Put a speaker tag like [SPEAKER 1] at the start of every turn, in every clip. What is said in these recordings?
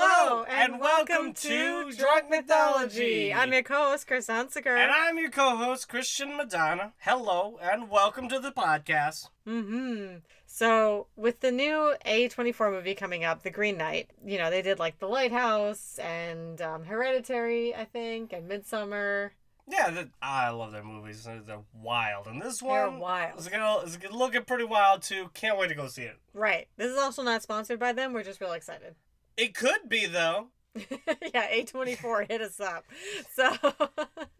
[SPEAKER 1] and welcome to Drunk Mythology.
[SPEAKER 2] I'm your co-host Chris Hunsaker.
[SPEAKER 1] And I'm your co-host Christian Madonna. Hello and welcome to the podcast.
[SPEAKER 2] Mm-hmm. So with the new A24 movie coming up, The Green Knight, you know they did like The Lighthouse and um, Hereditary, I think, and Midsummer.
[SPEAKER 1] Yeah, the, I love their movies. They're, they're wild, and this
[SPEAKER 2] They're
[SPEAKER 1] one
[SPEAKER 2] wild,
[SPEAKER 1] is gonna is gonna looking pretty wild too. Can't wait to go see it.
[SPEAKER 2] right? This is also not sponsored by them. We're just real excited.
[SPEAKER 1] It could be though.
[SPEAKER 2] yeah, A24 hit us up. So.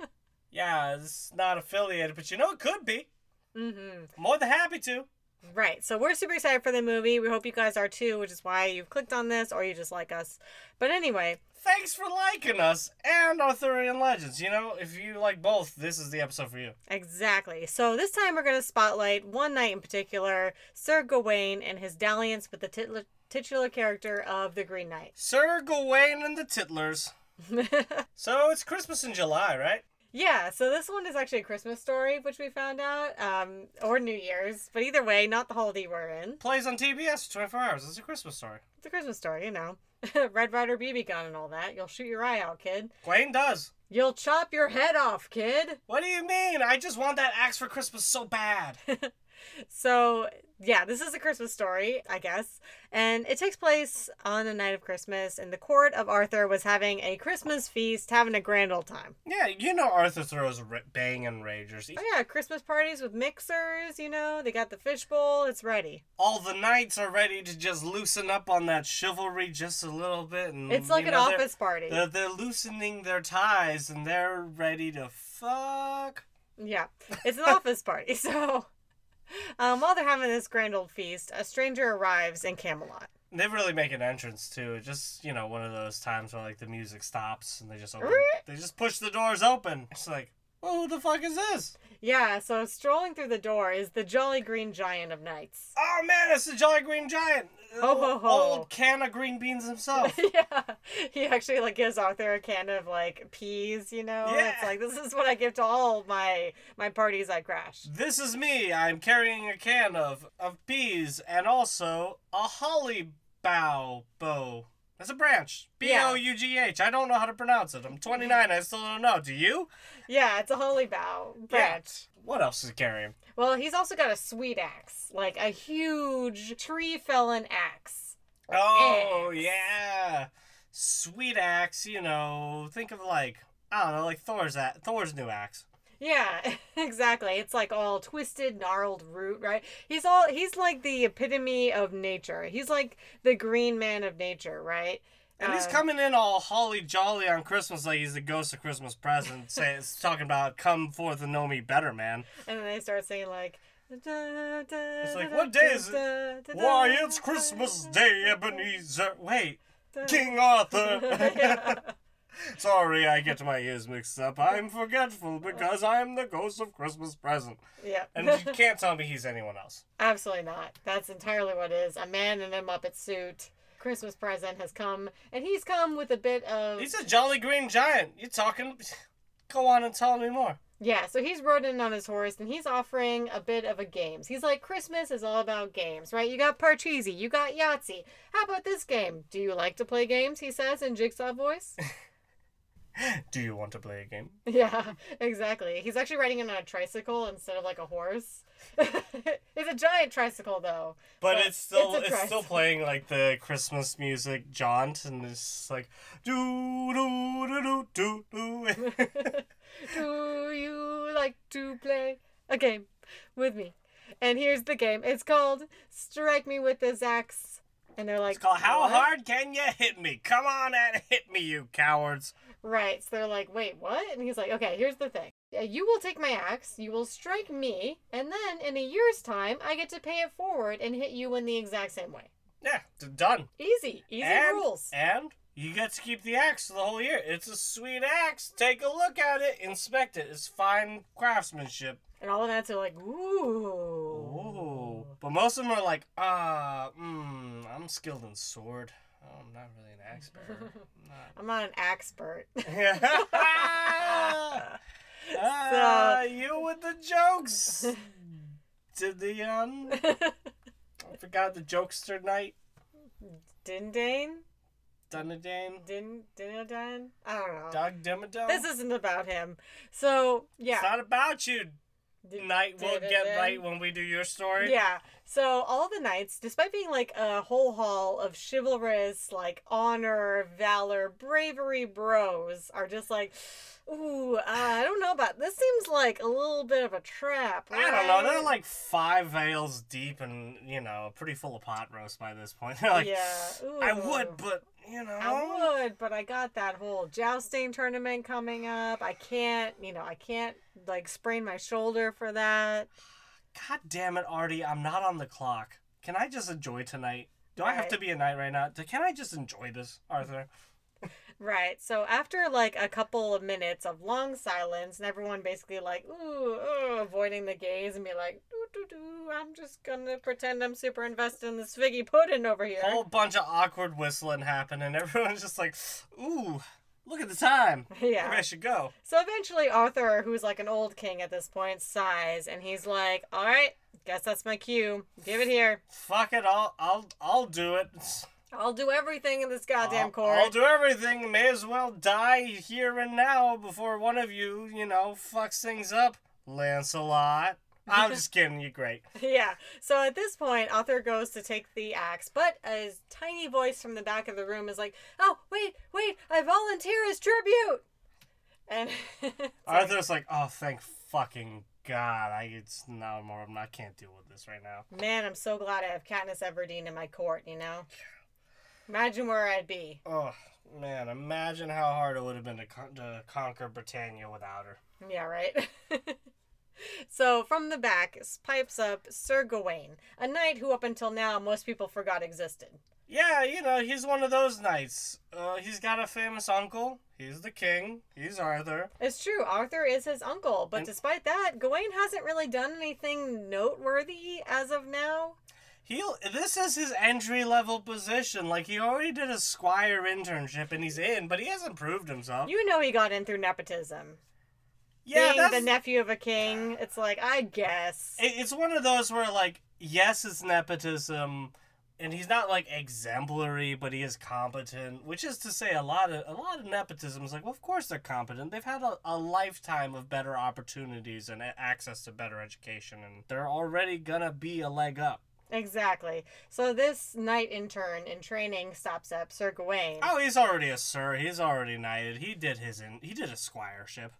[SPEAKER 1] Yeah, it's not affiliated, but you know it could be.
[SPEAKER 2] mm-hmm.
[SPEAKER 1] More than happy to.
[SPEAKER 2] Right. So we're super excited for the movie. We hope you guys are too, which is why you've clicked on this or you just like us. But anyway,
[SPEAKER 1] Thanks for liking us and Arthurian Legends. You know, if you like both, this is the episode for you.
[SPEAKER 2] exactly. So this time we're going to spotlight one knight in particular, Sir Gawain, and his dalliance with the titla- titular character of the Green Knight.
[SPEAKER 1] Sir Gawain and the Titlers. So it's Christmas in July, right?
[SPEAKER 2] yeah. So this one is actually a Christmas story, which we found out, um, or New Year's. But either way, not the holiday we're in.
[SPEAKER 1] Plays on TBS for 24 hours. It's a Christmas story.
[SPEAKER 2] It's a Christmas story, you know. Red Rider BB gun and all that. You'll shoot your eye out, kid.
[SPEAKER 1] Gawain does.
[SPEAKER 2] You'll chop your head off, kid.
[SPEAKER 1] What do you mean? I just want that axe for Christmas so bad.
[SPEAKER 2] So, yeah, this is a Christmas story, I guess. And it takes place on the night of Christmas, and the court of Arthur was having a Christmas feast, having a grand old time.
[SPEAKER 1] yeah, you know Arthur throws ra- bang and ragers.
[SPEAKER 2] Oh, yeah, Christmas parties with mixers, you know, they got the fishbowl, it's ready.
[SPEAKER 1] All the knights are ready to just loosen up on that chivalry just a little bit. And,
[SPEAKER 2] It's like
[SPEAKER 1] Mm-hmm. you
[SPEAKER 2] an
[SPEAKER 1] know, they're-
[SPEAKER 2] office party.
[SPEAKER 1] They're, they're loosening their ties and they're ready to fuck.
[SPEAKER 2] Yeah, it's an office party. So, um, while they're having this grand old feast, a stranger arrives in Camelot.
[SPEAKER 1] They really make an entrance too. It's Just you know, one of those times where like the music stops and they just open, they just push the doors open. It's like, well, who the fuck is this?
[SPEAKER 2] Yeah, so strolling through the door is the jolly green giant of knights.
[SPEAKER 1] Oh man, it's the Jolly Green Giant,
[SPEAKER 2] Ho, ho, ho.
[SPEAKER 1] old can of green beans himself.
[SPEAKER 2] yeah, he actually like gives Arthur a can of like peas. You know,
[SPEAKER 1] Yeah.
[SPEAKER 2] it's like this is what I give to all my my parties I crash.
[SPEAKER 1] this is me. I'm carrying a can of of peas and also a holly bough bow. That's a branch. B
[SPEAKER 2] Yeah.
[SPEAKER 1] O U G H. I don't know how to pronounce it. I'm 29. I still don't know. Do you?
[SPEAKER 2] Yeah, it's a holy bough branch.
[SPEAKER 1] Yeah. What else is he carrying?
[SPEAKER 2] Well, he's also got a sweet axe, like a huge tree felling axe.
[SPEAKER 1] Oh
[SPEAKER 2] Axe.
[SPEAKER 1] yeah, sweet axe. You know, think of like I don't know, like Thor's a- Thor's new axe.
[SPEAKER 2] Yeah, exactly. It's like all twisted, gnarled root, right? He's all he's like the epitome of nature. He's like the green man of nature, right?
[SPEAKER 1] And he's
[SPEAKER 2] Um,
[SPEAKER 1] coming in all holly jolly on Christmas, like he's the ghost of Christmas present. say, it's talking about come forth and know me better, man.
[SPEAKER 2] And then they start singing like. It's
[SPEAKER 1] like, "What day is it?" Why it's Christmas Day, Ebenezer. Wait, King Arthur. Sorry, I get my ears mixed up. I'm forgetful because I'm the ghost of Christmas present,
[SPEAKER 2] yeah,
[SPEAKER 1] and you can't tell me he's anyone else.
[SPEAKER 2] absolutely not. That's entirely what it is. A man in a Muppet suit, Christmas present has come, and he's come with a bit of
[SPEAKER 1] He's a jolly green giant. You talking? Go on and tell me more.
[SPEAKER 2] yeah. So he's riding on his horse, and he's offering a bit of a games. He's like, Christmas is all about games, right? You got Parcheesi, you got Yahtzee. How about this game? Do you like to play games? He says in jigsaw voice.
[SPEAKER 1] Do you want to play a game?
[SPEAKER 2] Yeah, exactly. He's actually riding in on a tricycle instead of like a horse. it's a giant tricycle though.
[SPEAKER 1] But
[SPEAKER 2] But
[SPEAKER 1] it's still
[SPEAKER 2] it's a
[SPEAKER 1] it's,
[SPEAKER 2] dress.
[SPEAKER 1] still playing like the Christmas music jaunt, and it's just like do do do do do do.
[SPEAKER 2] Do you like to play a game with me? And here's the game. It's called Strike Me with this axe. And they're like,
[SPEAKER 1] It's called "How
[SPEAKER 2] "What?"
[SPEAKER 1] Hard Can You Hit Me?" Come on and hit me, you cowards!
[SPEAKER 2] Right. So they're like, wait, what? And he's like, okay, here's the thing. Uh, You will take my axe, you will strike me, and then in a year's time, I get to pay it forward and hit you in the exact same way.
[SPEAKER 1] Yeah, d- done.
[SPEAKER 2] Easy. Easy
[SPEAKER 1] and,
[SPEAKER 2] rules.
[SPEAKER 1] And you get to keep the axe the whole year. It's a sweet axe. Take a look at it. Inspect it. It's fine craftsmanship.
[SPEAKER 2] And all the knights are like, ooh.
[SPEAKER 1] Ooh. But most of them are like, ah, mm, I'm skilled in sword. Oh, I'm not really an axe bearer. I'm not-
[SPEAKER 2] I'm not an expert.
[SPEAKER 1] Ah,
[SPEAKER 2] So-
[SPEAKER 1] you with the jokes. Did the um? I forgot the jokester night.
[SPEAKER 2] Dindane?
[SPEAKER 1] Dunedain?
[SPEAKER 2] Din Dinodine? I don't know.
[SPEAKER 1] Doug Dimmadome?
[SPEAKER 2] This isn't about him. So
[SPEAKER 1] It's
[SPEAKER 2] yeah.
[SPEAKER 1] not about you.
[SPEAKER 2] Din-
[SPEAKER 1] Night will get
[SPEAKER 2] Dinodine.
[SPEAKER 1] light when we do your story.
[SPEAKER 2] Yeah. So all the knights, despite being like a whole hall of chivalrous, like honor, valor, bravery bros, are just like, ooh, uh, I don't know about this. Seems like a little bit of a trap.
[SPEAKER 1] I don't know. They're
[SPEAKER 2] right?"
[SPEAKER 1] like five ales deep and, you know, pretty full of pot roast by this point. They're like,
[SPEAKER 2] Yeah,
[SPEAKER 1] I
[SPEAKER 2] ooh.
[SPEAKER 1] would, but, you know.
[SPEAKER 2] I would, but I got that whole jousting tournament coming up. I can't, you know, I can't like sprain my shoulder for that.
[SPEAKER 1] God damn it, Artie. I'm not on the clock. Can I just enjoy tonight? Do I have
[SPEAKER 2] Right.
[SPEAKER 1] to be a knight right now? Do- Can I just enjoy this, Arthur?
[SPEAKER 2] Right. So after like a couple of minutes of long silence and everyone basically like ooh, ooh avoiding the gaze and be like doo doo doo, I'm just gonna pretend I'm super invested in this figgy pudding over here.
[SPEAKER 1] whole bunch of awkward whistling happened, and everyone's just like, ooh, look at the time. Maybe I
[SPEAKER 2] Yeah.
[SPEAKER 1] should go.
[SPEAKER 2] So eventually Arthur, who's like an old king at this point, sighs and he's like, "All right, guess that's my cue. Give it here.
[SPEAKER 1] Fuck it, I'll I'll I'll do it.
[SPEAKER 2] I'll do everything in this goddamn
[SPEAKER 1] I'll,
[SPEAKER 2] court."
[SPEAKER 1] I'll do everything. May as well die here and now before one of you, you know, fucks things up. Lancelot. I'm just kidding, you're great.
[SPEAKER 2] Yeah. So at this point, Arthur goes to take the axe, but a tiny voice from the back of the room is like, "Oh, wait, wait! I volunteer as tribute." And
[SPEAKER 1] Arthur's like, oh thank fucking God. I it's no more I'm not I can't deal with this right now.
[SPEAKER 2] man, I'm so glad I have Katniss Everdeen in my court. You know, imagine where I'd be.
[SPEAKER 1] Oh man, imagine how hard it would have been to, con- to conquer Britannia without her.
[SPEAKER 2] Yeah, right. so from the back s- pipes up Sir Gawain, a knight who up until now most people forgot existed.
[SPEAKER 1] Yeah, you know, he's one of those knights. Uh, he's got a famous uncle. He's the king. He's Arthur.
[SPEAKER 2] It's true. Arthur is his uncle, but
[SPEAKER 1] And-
[SPEAKER 2] despite that, Gawain hasn't really done anything noteworthy as of now.
[SPEAKER 1] He'll. This is his entry level position. Like he already did a squire internship and he's in, but he hasn't proved himself.
[SPEAKER 2] You know he got in through nepotism.
[SPEAKER 1] Oh. yeah,
[SPEAKER 2] Being
[SPEAKER 1] that's.
[SPEAKER 2] the nephew of a king, it's like, I guess.
[SPEAKER 1] it- it's one of those where like yes, it's nepotism, and he's not like exemplary, but he is competent. Which is to say, a lot of a lot of nepotism is like, well, of course they're competent. They've had a, a lifetime of better opportunities and a- access to better education, and they're already gonna be a leg up.
[SPEAKER 2] exactly. So this knight intern in training stops up Sir Gawain.
[SPEAKER 1] Oh, he's already a sir. He's already knighted. He did his in. He did a squireship.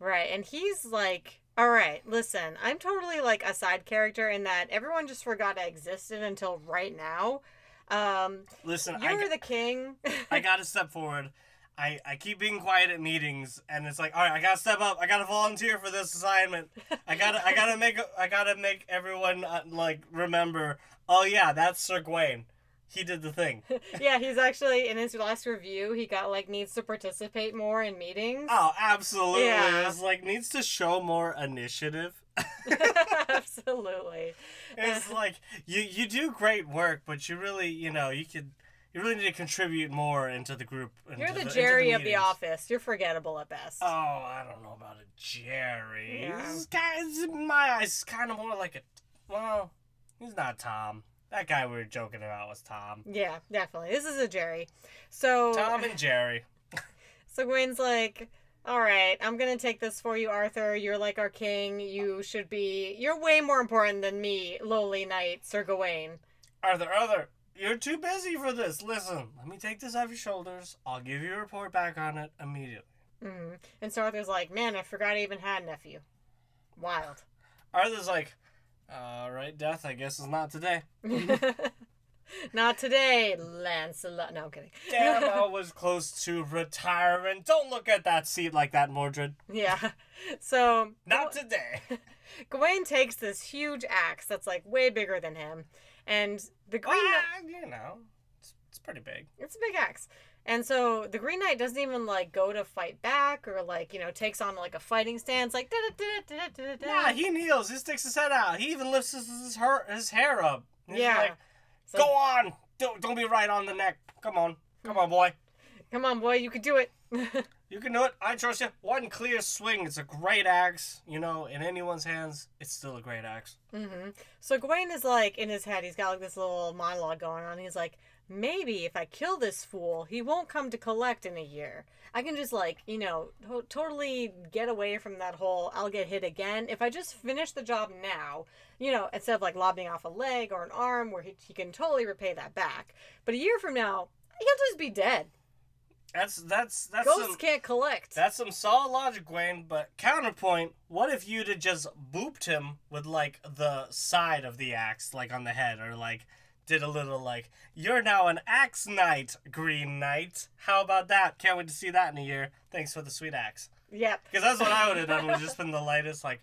[SPEAKER 2] Right, and he's like, all right, listen, I'm totally like a side character in that everyone just forgot I existed until right now. Um,
[SPEAKER 1] Listen, I,
[SPEAKER 2] you're the king.
[SPEAKER 1] I gotta step forward. I, I keep being quiet at meetings, and it's like, all right, I gotta step up. I gotta volunteer for this assignment. I gotta I gotta make I gotta make everyone uh, like remember. Oh yeah, that's Sir Gawain. He did the thing.
[SPEAKER 2] yeah, he's actually in his last review. He got like needs to participate more in meetings.
[SPEAKER 1] Oh, absolutely.
[SPEAKER 2] Yeah.
[SPEAKER 1] It's like needs to show more initiative.
[SPEAKER 2] Absolutely.
[SPEAKER 1] It's like you you do great work, but you really you know you could you really need to contribute more into the group. into
[SPEAKER 2] You're the
[SPEAKER 1] into
[SPEAKER 2] Jerry of the
[SPEAKER 1] meetings.
[SPEAKER 2] office. You're forgettable at best.
[SPEAKER 1] Oh, I don't know about a Jerry.
[SPEAKER 2] Yeah.
[SPEAKER 1] This guy, is, in my eyes, is kind of more like a. Well, he's not Tom. That guy we were joking about was Tom.
[SPEAKER 2] yeah, definitely. This is a Jerry. So
[SPEAKER 1] Tom and Jerry.
[SPEAKER 2] so Gwen's like, "All right, I'm going to take this for you, Arthur. You're like our king. You should be you're way more important than me, lowly knight Sir Gawain."
[SPEAKER 1] Arthur, Arthur, you're too busy for this. Listen, let me take this off your shoulders. I'll give you a report back on it immediately.
[SPEAKER 2] Mhm. And so Arthur's like, "Man, I forgot I even had a nephew." Wild.
[SPEAKER 1] Arthur's like, alright, Death, I guess it's not today.
[SPEAKER 2] Not today, Lancelot. No, I'm kidding.
[SPEAKER 1] Damn, I was close to retirement. Don't look at that seat like that, Mordred.
[SPEAKER 2] Yeah. So
[SPEAKER 1] Not today.
[SPEAKER 2] Gawain takes this huge axe that's like way bigger than him, and the green Knight-
[SPEAKER 1] Ah, you know, it's, it's pretty big.
[SPEAKER 2] it's a big axe. And so the Green Knight doesn't even like go to fight back or like you know takes on like a fighting stance like da da da da da da da.
[SPEAKER 1] Nah, he kneels. He sticks his head out. He even lifts his his, her, his hair up. He's
[SPEAKER 2] Yeah.
[SPEAKER 1] like,
[SPEAKER 2] So-
[SPEAKER 1] go on. Don't don't be right on the neck. Come on, come on, boy.
[SPEAKER 2] Come on, boy, you could do it.
[SPEAKER 1] You can do it. I trust you. One clear swing. It's a great axe. You know, in anyone's hands, it's still a great axe.
[SPEAKER 2] hmm So Gawain is like in his head. He's got like this little monologue going on. He's like, maybe if I kill this fool, he won't come to collect in a year. I can just like you know to- totally get away from that whole I'll get hit again if I just finish the job now. You know, instead of like lobbing off a leg or an arm where he, he can totally repay that back. But a year from now, he'll just be dead.
[SPEAKER 1] That's that's that's
[SPEAKER 2] Ghosts
[SPEAKER 1] some,
[SPEAKER 2] can't collect.
[SPEAKER 1] that's some solid logic, Wayne. But counterpoint: What if you'd have just booped him with like the side of the axe, like on the head, or like did a little like you're now an axe knight, Green Knight. How about that? Can't wait to see that in a year. Thanks for the sweet axe.
[SPEAKER 2] yep.
[SPEAKER 1] Because that's what I would have done. Would just been the lightest, like,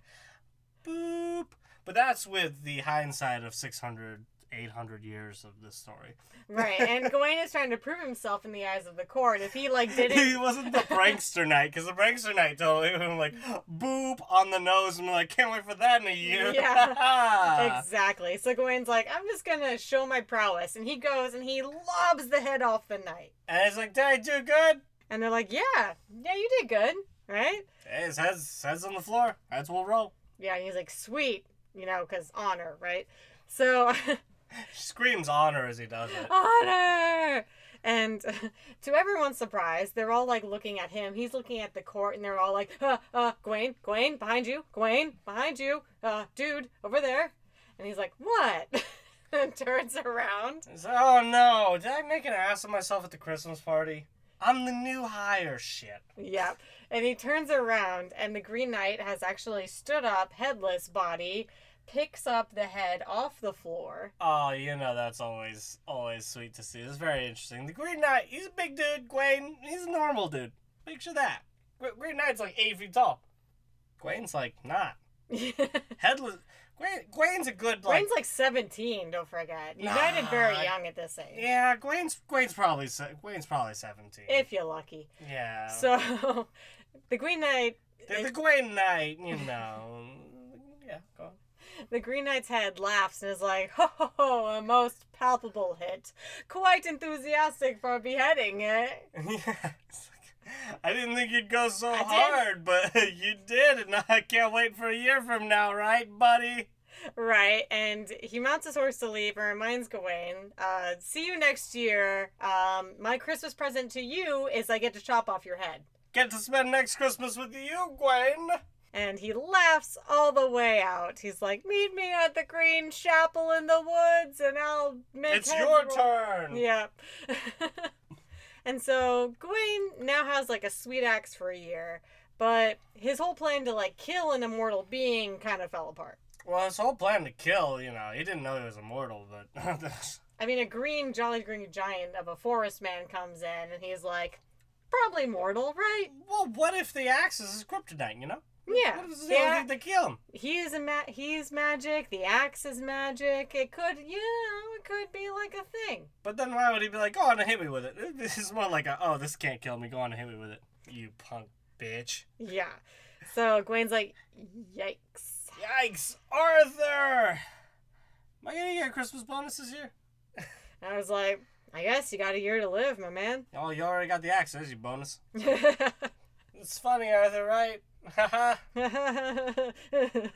[SPEAKER 1] boop. But that's with the hindsight of 600, 800 years of this story.
[SPEAKER 2] Right, and Gawain is trying to prove himself in the eyes of the court. If he like
[SPEAKER 1] He
[SPEAKER 2] didn't,
[SPEAKER 1] wasn't the prankster knight, because the prankster knight totally would have been like, boop on the nose, and be like, can't wait for that in a year. Uh,
[SPEAKER 2] Yeah. exactly. So Gawain's like, I'm just gonna show my prowess, and he goes and he lobs the head off the knight.
[SPEAKER 1] And it's like, did I do good?
[SPEAKER 2] And they're like, Yeah, yeah, you did good, right?
[SPEAKER 1] Hey, his head's, head's on the floor. Heads will roll.
[SPEAKER 2] Yeah, and he's like, Sweet, you know, because honor, right? So
[SPEAKER 1] She screams honor as he does it.
[SPEAKER 2] honor. And to everyone's surprise, they're all like looking at him. He's looking at the court, and they're all like, uh, uh, Gawain, Gawain, behind you, Gawain, behind you, uh, dude, over there. And he's like, what? and turns around.
[SPEAKER 1] He's like, oh no, did I make an ass of myself at the Christmas party? I'm the new hire shit.
[SPEAKER 2] Yep. And he turns around, and the Green Knight has actually stood up, headless body, picks up the head off the floor.
[SPEAKER 1] Oh, you know that's always always sweet to see. It's very interesting. The Green Knight, he's a big dude. Gwaine, he's a normal dude. Picture that. Gr- Green Knight's like eight feet tall. Gwaine's like not headless. Gwaine, Gwaine's a good like.
[SPEAKER 2] Gawain's like 17, don't forget. You died very
[SPEAKER 1] Nah.
[SPEAKER 2] young at this age,
[SPEAKER 1] yeah, Gwaine's Gwaine's probably se- Gwaine's probably seventeen.
[SPEAKER 2] if you're lucky.
[SPEAKER 1] yeah.
[SPEAKER 2] So, the Green Knight,
[SPEAKER 1] the, the Gwaine Knight, you know. yeah, go on.
[SPEAKER 2] the Green Knight's head laughs and is like, "Ho ho ho! A most palpable hit. Quite enthusiastic for a beheading, eh?"
[SPEAKER 1] Yeah, it's like, I didn't think you'd go so
[SPEAKER 2] I did.
[SPEAKER 1] hard, but you did, and I can't wait for a year from now, right, buddy?
[SPEAKER 2] Right. And he mounts his horse to leave and reminds Gawain, uh, "See you next year. Um, my Christmas present to you is I get to chop off your head."
[SPEAKER 1] Get to spend next Christmas with you, Gwen.
[SPEAKER 2] And he laughs all the way out. He's like, "Meet me at the Green Chapel in the woods, and I'll make
[SPEAKER 1] It's
[SPEAKER 2] heads
[SPEAKER 1] your
[SPEAKER 2] roll."
[SPEAKER 1] turn.
[SPEAKER 2] Yeah. and so Gawain now has like a sweet axe for a year, but his whole plan to like kill an immortal being kind of fell apart.
[SPEAKER 1] Well, his whole plan to kill, you know, he didn't know he was immortal, but
[SPEAKER 2] I mean, a green, jolly green giant of a forest man comes in and he's like, probably mortal, right?
[SPEAKER 1] well, what if the axe is his kryptonite? You know?
[SPEAKER 2] Yeah.
[SPEAKER 1] What if it's the only
[SPEAKER 2] Yeah.
[SPEAKER 1] thing to kill him?
[SPEAKER 2] He is a ma- he's magic. The axe is magic. It could, you know, it could be like a thing.
[SPEAKER 1] But then why would he be like, "Go on and hit me with it"? This is more like, a, "Oh, this can't kill me. Go on and hit me with it, you punk bitch."
[SPEAKER 2] Yeah. So Gawain's like, yikes.
[SPEAKER 1] Yikes, Arthur! Am I gonna get a Christmas bonus this year?
[SPEAKER 2] And I was like, I guess you got a year to live, my man.
[SPEAKER 1] Oh, you already got the axe. There's your bonus. It's funny, Arthur, right? Haha.
[SPEAKER 2] so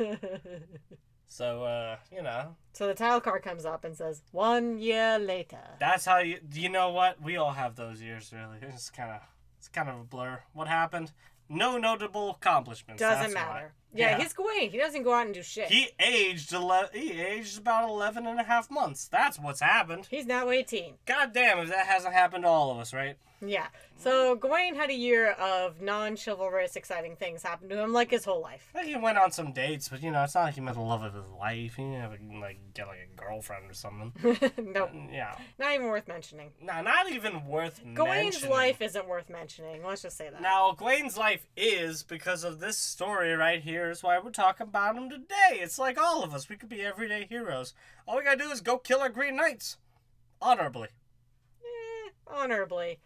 [SPEAKER 1] so, uh, you know,
[SPEAKER 2] the tile car comes up and says, "One year later."
[SPEAKER 1] that's how you. You know what? We all have those years, really. It's just kind of, it's kind of a blur. What happened? No notable accomplishments. that's
[SPEAKER 2] Doesn't
[SPEAKER 1] why.
[SPEAKER 2] matter. Yeah,
[SPEAKER 1] Yeah.
[SPEAKER 2] he's Gawain. He doesn't go out and do shit.
[SPEAKER 1] He aged ele- He aged about 11 and a half months. That's what's happened.
[SPEAKER 2] He's now 18.
[SPEAKER 1] God damn, if that hasn't happened to all of us, right?
[SPEAKER 2] Yeah. So Gawain had a year of non-chivalrous, exciting things happen to him, like his whole life.
[SPEAKER 1] Like he went on some dates, but you know, it's not like he met the love of his life. He didn't have a, like get like a girlfriend or something.
[SPEAKER 2] no,
[SPEAKER 1] yeah,
[SPEAKER 2] not even worth mentioning.
[SPEAKER 1] no, not even worth.
[SPEAKER 2] Gawain's
[SPEAKER 1] mentioning.
[SPEAKER 2] life isn't worth mentioning. Let's just say that.
[SPEAKER 1] Now, Gawain's life is because of this story right here. Is why we're talking about him today. It's like all of us. We could be everyday heroes. All we gotta do is go kill our Green Knights, honorably.
[SPEAKER 2] eh, honorably.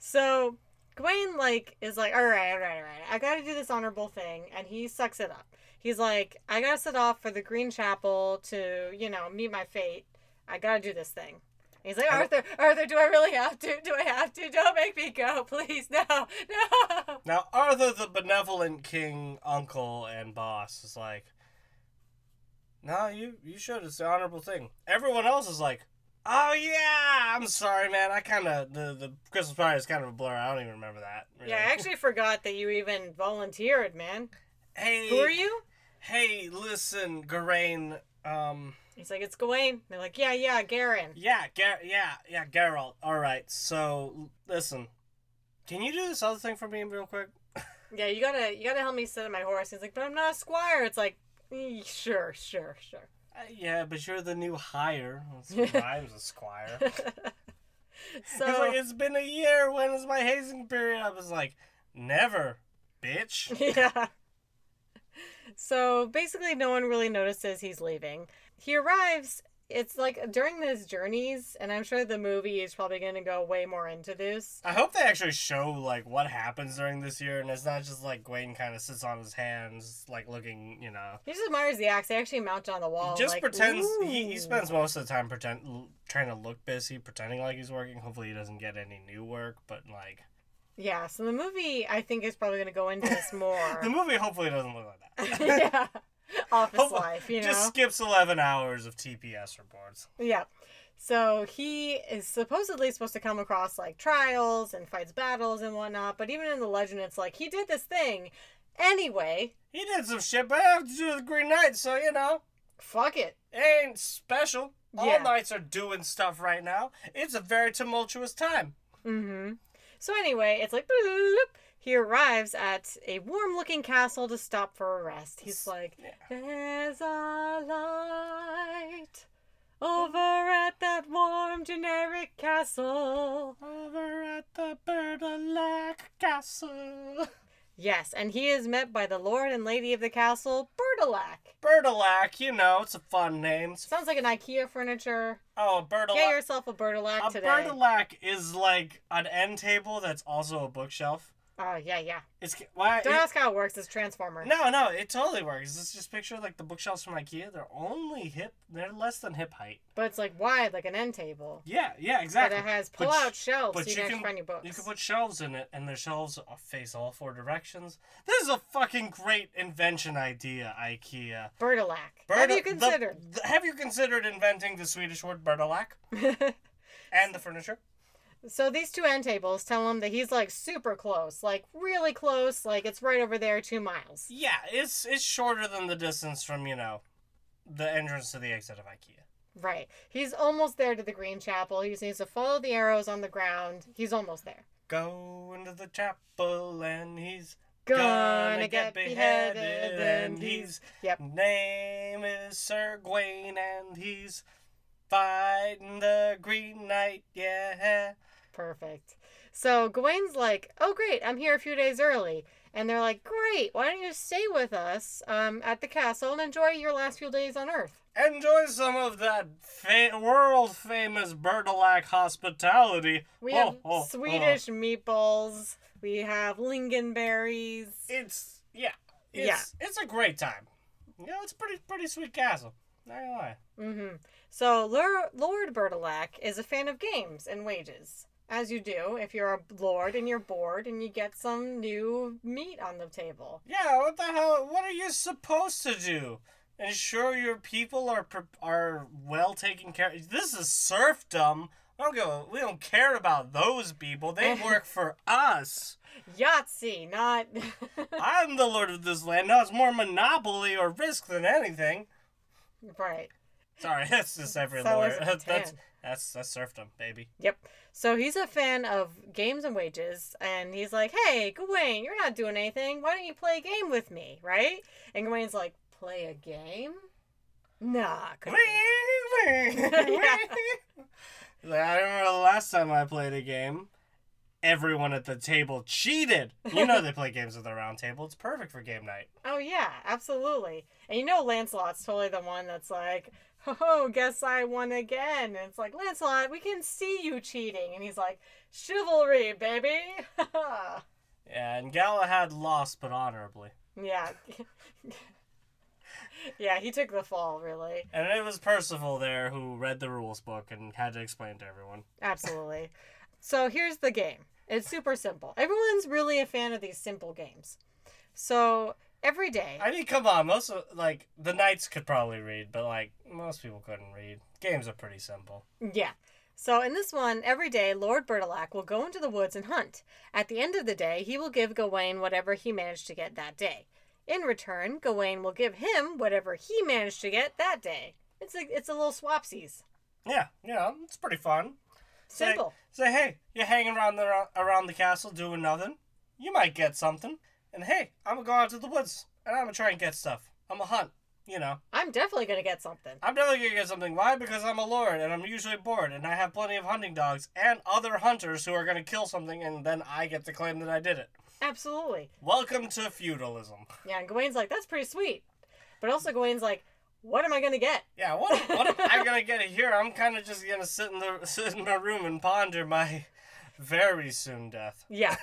[SPEAKER 2] So Gawain like is like, all right, all right, all right, I gotta do this honorable thing, and he sucks it up. He's like, I gotta set off for the Green Chapel to, you know, meet my fate. I gotta do this thing. And He's like, Arthur, Arthur, do I really have to? Do I have to? Don't make me go, please. No, no.
[SPEAKER 1] Now, Arthur, the benevolent king, uncle, and boss, is like, "No, you you should. It's the honorable thing." Everyone else is like, "Oh yeah, I'm sorry, man. I kind of the the Christmas party is kind of a blur. I don't even remember that." really."
[SPEAKER 2] Yeah, I actually forgot that you even volunteered, man.
[SPEAKER 1] hey,
[SPEAKER 2] Who are you?
[SPEAKER 1] Hey, listen, Garain. Um,
[SPEAKER 2] He's like, it's Gawain. They're like, yeah, yeah, Garen.
[SPEAKER 1] yeah, Gar- yeah, yeah, Geralt. All right, so l- listen, can you do this other thing for me real quick?
[SPEAKER 2] Yeah, you gotta, you gotta help me sit on my horse. He's like, but I'm not a squire. It's like, "Eh, sure, sure, sure.
[SPEAKER 1] Uh, yeah, but you're the new hire. That's what rhymes with squire.
[SPEAKER 2] So
[SPEAKER 1] He's like, it's been a year. When is my hazing period? I was like, never, bitch.
[SPEAKER 2] yeah. So basically, no one really notices he's leaving. He arrives. It's like during his journeys, and I'm sure the movie is probably going to go way more into this.
[SPEAKER 1] I hope they actually show like what happens during this year, and it's not just like Gwaine kind of sits on his hands, like looking, you know.
[SPEAKER 2] He just admires the axe. They actually mount it on the wall.
[SPEAKER 1] He just
[SPEAKER 2] like,
[SPEAKER 1] pretends. He, he
[SPEAKER 2] "Ooh."
[SPEAKER 1] spends most of the time pretend l- trying to look busy, pretending like he's working. Hopefully, he doesn't get any new work. But like
[SPEAKER 2] Yeah. So the movie, I think, is probably going to go into this more.
[SPEAKER 1] the movie, hopefully, doesn't look like that.
[SPEAKER 2] yeah. Office
[SPEAKER 1] Hopefully-
[SPEAKER 2] life, you know.
[SPEAKER 1] Just skips eleven hours of TPS reports.
[SPEAKER 2] Yeah. So he is supposedly supposed to come across like trials and fights battles and whatnot, but even in the legend, it's like he did this thing anyway.
[SPEAKER 1] He did some shit, but I have to do with the Green Knight, so you know.
[SPEAKER 2] Fuck it.
[SPEAKER 1] It ain't special. All
[SPEAKER 2] Yeah.
[SPEAKER 1] knights are doing stuff right now. It's a very tumultuous time.
[SPEAKER 2] Mm-hmm. So anyway, it's like bloop. he arrives at a warm-looking castle to stop for a rest. He's like,
[SPEAKER 1] Yeah.
[SPEAKER 2] "There's a light over at that warm generic castle."
[SPEAKER 1] Over at the Birdalac Castle.
[SPEAKER 2] Yes, and he is met by the lord and lady of the castle, Bertilac.
[SPEAKER 1] Birdalac, you know, it's a fun name. It's-
[SPEAKER 2] Sounds like an IKEA furniture.
[SPEAKER 1] Oh,
[SPEAKER 2] Get
[SPEAKER 1] Birdalac.
[SPEAKER 2] yourself a Bertilac
[SPEAKER 1] A
[SPEAKER 2] today.
[SPEAKER 1] Birdalac is like an end table that's also a bookshelf.
[SPEAKER 2] Oh yeah, yeah.
[SPEAKER 1] It's why.
[SPEAKER 2] Don't
[SPEAKER 1] it-
[SPEAKER 2] ask how it works. It's Transformer.
[SPEAKER 1] no, no, it totally works. It's just picture like the bookshelves from IKEA. They're only hip. They're less than hip height.
[SPEAKER 2] But it's like wide, like an end table.
[SPEAKER 1] Yeah, yeah,
[SPEAKER 2] But
[SPEAKER 1] exactly.
[SPEAKER 2] it has
[SPEAKER 1] But
[SPEAKER 2] pull-out
[SPEAKER 1] sh-
[SPEAKER 2] shelves,
[SPEAKER 1] but
[SPEAKER 2] so you,
[SPEAKER 1] you
[SPEAKER 2] can,
[SPEAKER 1] can-
[SPEAKER 2] actually find your books.
[SPEAKER 1] You can put shelves in it, and the shelves face all four directions. This is a fucking great invention idea, IKEA.
[SPEAKER 2] Bertilac. Have
[SPEAKER 1] Berta-
[SPEAKER 2] you
[SPEAKER 1] the-
[SPEAKER 2] considered?
[SPEAKER 1] the- have you considered inventing the Swedish word bertalac and the furniture?
[SPEAKER 2] so these two end tables tell him that he's like super close, like really close, like it's right over there, two miles.
[SPEAKER 1] Yeah, it's it's shorter than the distance from you know, the entrance to the exit of IKEA.
[SPEAKER 2] Right. He's almost there to the Green Chapel. He just needs to follow the arrows on the ground. He's almost there.
[SPEAKER 1] Go into the chapel, and he's
[SPEAKER 2] Gonna, get, beheaded, and he's yep.
[SPEAKER 1] Name is Sir Gawain, and he's fighting the Green Knight. Yeah.
[SPEAKER 2] Perfect. So Gawain's like, "Oh great, I'm here a few days early," and they're like, "Great, why don't you stay with us um, at the castle and enjoy your last few days on Earth?"
[SPEAKER 1] Enjoy some of that fa- world famous Bertilac hospitality.
[SPEAKER 2] We
[SPEAKER 1] Oh,
[SPEAKER 2] have
[SPEAKER 1] oh, oh.
[SPEAKER 2] Swedish meatballs. We have lingonberries.
[SPEAKER 1] It's yeah. It's, It's a great time. You know, it's a pretty pretty sweet castle. Not gonna lie.
[SPEAKER 2] Mm-hmm. So Lur- Lord Bertilac is a fan of games and wages, as you do if you're a lord and you're bored and you get some new meat on the table.
[SPEAKER 1] Yeah. What the hell? What are you supposed to do? Ensure your people are pre- are well taken care. This is serfdom. I don't go. We don't care about those people. They work for us.
[SPEAKER 2] Yahtzee, not.
[SPEAKER 1] I'm the lord of this land. Now it's more monopoly or risk than anything.
[SPEAKER 2] right.
[SPEAKER 1] Sorry, that's just every
[SPEAKER 2] So
[SPEAKER 1] lawyer.
[SPEAKER 2] is
[SPEAKER 1] That's, that's
[SPEAKER 2] Tan.
[SPEAKER 1] that's that's serfdom, baby.
[SPEAKER 2] Yep. So he's a fan of games and wages, and he's like, "Hey, Gawain, you're not doing anything. Why don't you play a game with me, right?" And Gawain's like, "Play a game? Nah,
[SPEAKER 1] Wee,
[SPEAKER 2] couldn't be."
[SPEAKER 1] wee, wee. Like, I remember the last time I played a game. Everyone at the table cheated. You know they play games at the round table. It's perfect for game night.
[SPEAKER 2] oh yeah, absolutely." And you know, Lancelot's totally the one that's like, "Oh, guess I won again." And it's like, Lancelot, we can see you cheating, and he's like, "Chivalry, baby."
[SPEAKER 1] Yeah, and Galahad lost, but honorably.
[SPEAKER 2] yeah. Yeah, he took the fall, really.
[SPEAKER 1] And it was Percival there who read the rules book and had to explain to everyone.
[SPEAKER 2] Absolutely. So here's the game. It's super simple. Everyone's really a fan of these simple games. So every day,
[SPEAKER 1] I mean, come on, most of, like the knights could probably read, but like most people couldn't read. Games are pretty simple.
[SPEAKER 2] yeah. So in this one, every day, Lord Bertilac will go into the woods and hunt. At the end of the day, he will give Gawain whatever he managed to get that day. In return, Gawain will give him whatever he managed to get that day. It's a it's a little swapsies.
[SPEAKER 1] Yeah, yeah, it's pretty fun. Say-
[SPEAKER 2] Simple.
[SPEAKER 1] Say, hey, you're hanging around the around the castle doing nothing. You might get something. And hey, I'm gonna go out to the woods and I'm gonna try and get stuff. I'm gonna hunt. You know,
[SPEAKER 2] I'm definitely gonna get something.
[SPEAKER 1] I'm definitely gonna get something. Why? Because I'm a lord and I'm usually bored and I have plenty of hunting dogs and other hunters who are gonna kill something and then I get to claim that I did it.
[SPEAKER 2] Absolutely.
[SPEAKER 1] Welcome to feudalism.
[SPEAKER 2] Yeah, and Gawain's like, that's pretty sweet. But also Gawain's like, what am I gonna get?
[SPEAKER 1] Yeah, what, what am I gonna get here? I'm kind of just gonna sit in the sit in my room and ponder my very soon death.
[SPEAKER 2] Yeah.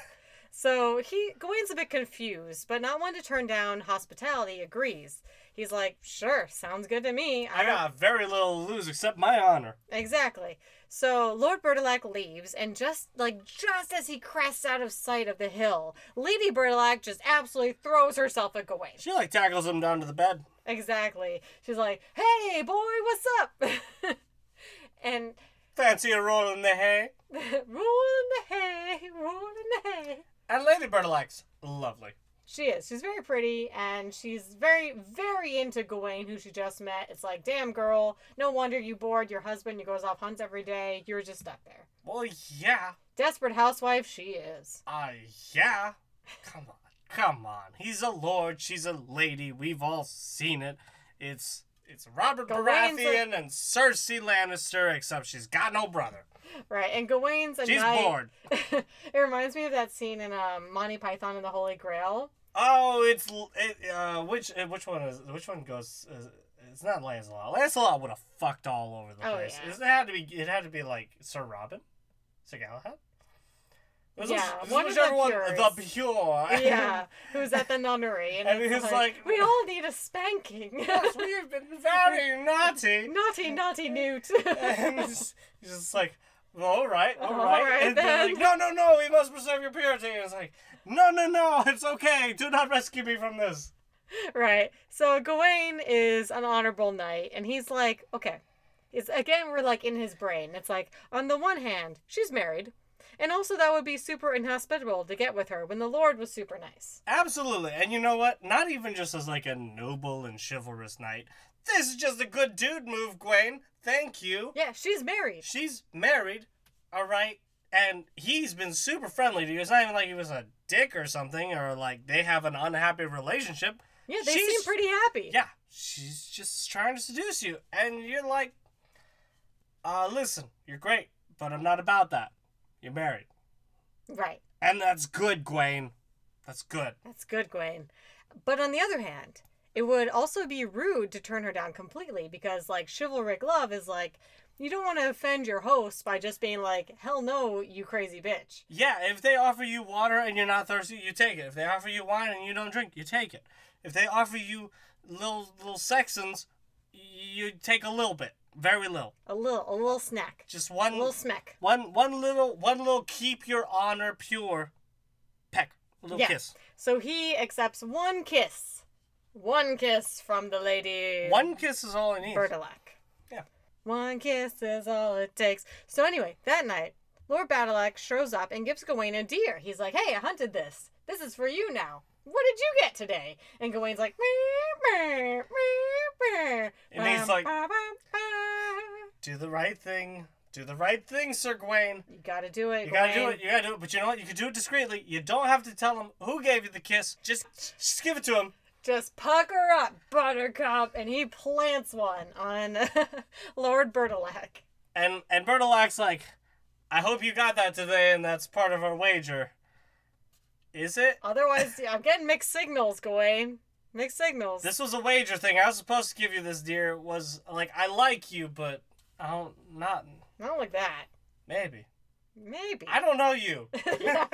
[SPEAKER 2] So he Gawain's a bit confused, but not one to turn down hospitality, agrees. He's like, sure, sounds good to me.
[SPEAKER 1] I
[SPEAKER 2] don't-
[SPEAKER 1] got very little to lose except my honor.
[SPEAKER 2] Exactly. So Lord Bertilac leaves, and just like just as he crests out of sight of the hill, Lady Bertilac just absolutely throws herself at Gawain.
[SPEAKER 1] She like tackles him down to the bed.
[SPEAKER 2] Exactly. She's like, "Hey, boy, what's up?" and
[SPEAKER 1] Fancy a roll in the hay.
[SPEAKER 2] roll in the hay, roll in the hay.
[SPEAKER 1] And Lady Bertilac's lovely.
[SPEAKER 2] She is. She's very pretty, and she's very, very into Gawain, who she just met. It's like, damn girl, no wonder you bored your husband. He goes off hunts every day. You're just stuck there.
[SPEAKER 1] Well, yeah,
[SPEAKER 2] Desperate housewife, she is.
[SPEAKER 1] uh, yeah. Come on, come on. He's a lord. She's a lady. We've all seen it. It's it's Robert
[SPEAKER 2] Gawain's a-
[SPEAKER 1] Baratheon and Cersei Lannister, except she's got no brother.
[SPEAKER 2] Right, and Gawain's a
[SPEAKER 1] She's
[SPEAKER 2] knight.
[SPEAKER 1] bored.
[SPEAKER 2] it reminds me of that scene in um, Monty Python and the Holy Grail.
[SPEAKER 1] Oh, it's l- it, uh, which uh, which one is which one goes? Uh, it's not Lancelot. Lancelot would have fucked all over the
[SPEAKER 2] Oh,
[SPEAKER 1] place.
[SPEAKER 2] yeah.
[SPEAKER 1] It had to be. It had to be like Sir Robin, Sir Galahad. It was-
[SPEAKER 2] Yeah,
[SPEAKER 1] it was
[SPEAKER 2] one of the
[SPEAKER 1] whichever
[SPEAKER 2] purest.
[SPEAKER 1] the pure.
[SPEAKER 2] Yeah, who's at the nunnery, and,
[SPEAKER 1] And
[SPEAKER 2] it's
[SPEAKER 1] he's
[SPEAKER 2] like,
[SPEAKER 1] like-
[SPEAKER 2] we all need a spanking.
[SPEAKER 1] yes, we've been very naughty.
[SPEAKER 2] naughty, naughty newt.
[SPEAKER 1] and he's just like, well, all right, all
[SPEAKER 2] All
[SPEAKER 1] right.
[SPEAKER 2] right
[SPEAKER 1] and they're like,
[SPEAKER 2] then.
[SPEAKER 1] no, no, no, we must preserve your purity. And it's like, no, no, no, it's okay. Do not rescue me from this.
[SPEAKER 2] Right. So Gawain is an honorable knight, and he's like, okay. It's again we're like in his brain. It's like, on the one hand, she's married. And also that would be super inhospitable to get with her when the Lord was super nice.
[SPEAKER 1] Absolutely. And you know what? Not even just as like a noble and chivalrous knight. This is just a good dude move, Gwen. Thank you.
[SPEAKER 2] Yeah, she's married.
[SPEAKER 1] She's married, all right? And he's been super friendly to you. It's not even like he was a dick or something, or like they have an unhappy relationship.
[SPEAKER 2] Yeah, they
[SPEAKER 1] She's-
[SPEAKER 2] seem pretty happy.
[SPEAKER 1] Yeah, she's just trying to seduce you. And you're like, uh, listen, you're great, but I'm not about that. You're married.
[SPEAKER 2] Right.
[SPEAKER 1] And that's good, Gwen. That's good.
[SPEAKER 2] That's good, Gawain. But on the other hand, it would also be rude to turn her down completely because like chivalric love is like you don't want to offend your host by just being like, "Hell no, you crazy bitch."
[SPEAKER 1] Yeah, if they offer you water and you're not thirsty, you take it. If they offer you wine and you don't drink, you take it. If they offer you little little sexons, you take a little bit, very little,
[SPEAKER 2] A little a little snack.
[SPEAKER 1] just one,
[SPEAKER 2] A little smack.
[SPEAKER 1] one, one little, one little. Keep your honor pure. Peck, a little
[SPEAKER 2] Yeah.
[SPEAKER 1] kiss.
[SPEAKER 2] So he accepts one kiss. One kiss from the lady
[SPEAKER 1] One kiss is all I need.
[SPEAKER 2] Bertilac.
[SPEAKER 1] Yeah.
[SPEAKER 2] One kiss is all it takes. So anyway, that night, Lord Bertilac shows up and gives Gawain a deer. He's like, Hey, I hunted this. This is for you now. What did you get today? And Gawain's like, "Meow, meow, meow, meow."
[SPEAKER 1] And he's
[SPEAKER 2] Bum,
[SPEAKER 1] like-
[SPEAKER 2] ba, bum, ba.
[SPEAKER 1] Do the right thing. Do the right thing, Sir Gawain.
[SPEAKER 2] You gotta do it.
[SPEAKER 1] You gotta do
[SPEAKER 2] Gawain.
[SPEAKER 1] it. You gotta do it. But you know what? You can do it discreetly. You don't have to tell him who gave you the kiss. Just, just give it to him.
[SPEAKER 2] just pucker up, Buttercup, and he plants one on Lord Bertilac.
[SPEAKER 1] And and Bertilac's like, I hope you got that today, and that's part of our wager. Is it?
[SPEAKER 2] Otherwise, I'm getting mixed signals, Gawain. Mixed signals.
[SPEAKER 1] This was a wager thing. I was supposed to give you this, dear. It was like I like you, but I don't not
[SPEAKER 2] Not like that.
[SPEAKER 1] maybe.
[SPEAKER 2] Maybe.
[SPEAKER 1] I don't know you.
[SPEAKER 2] Yeah.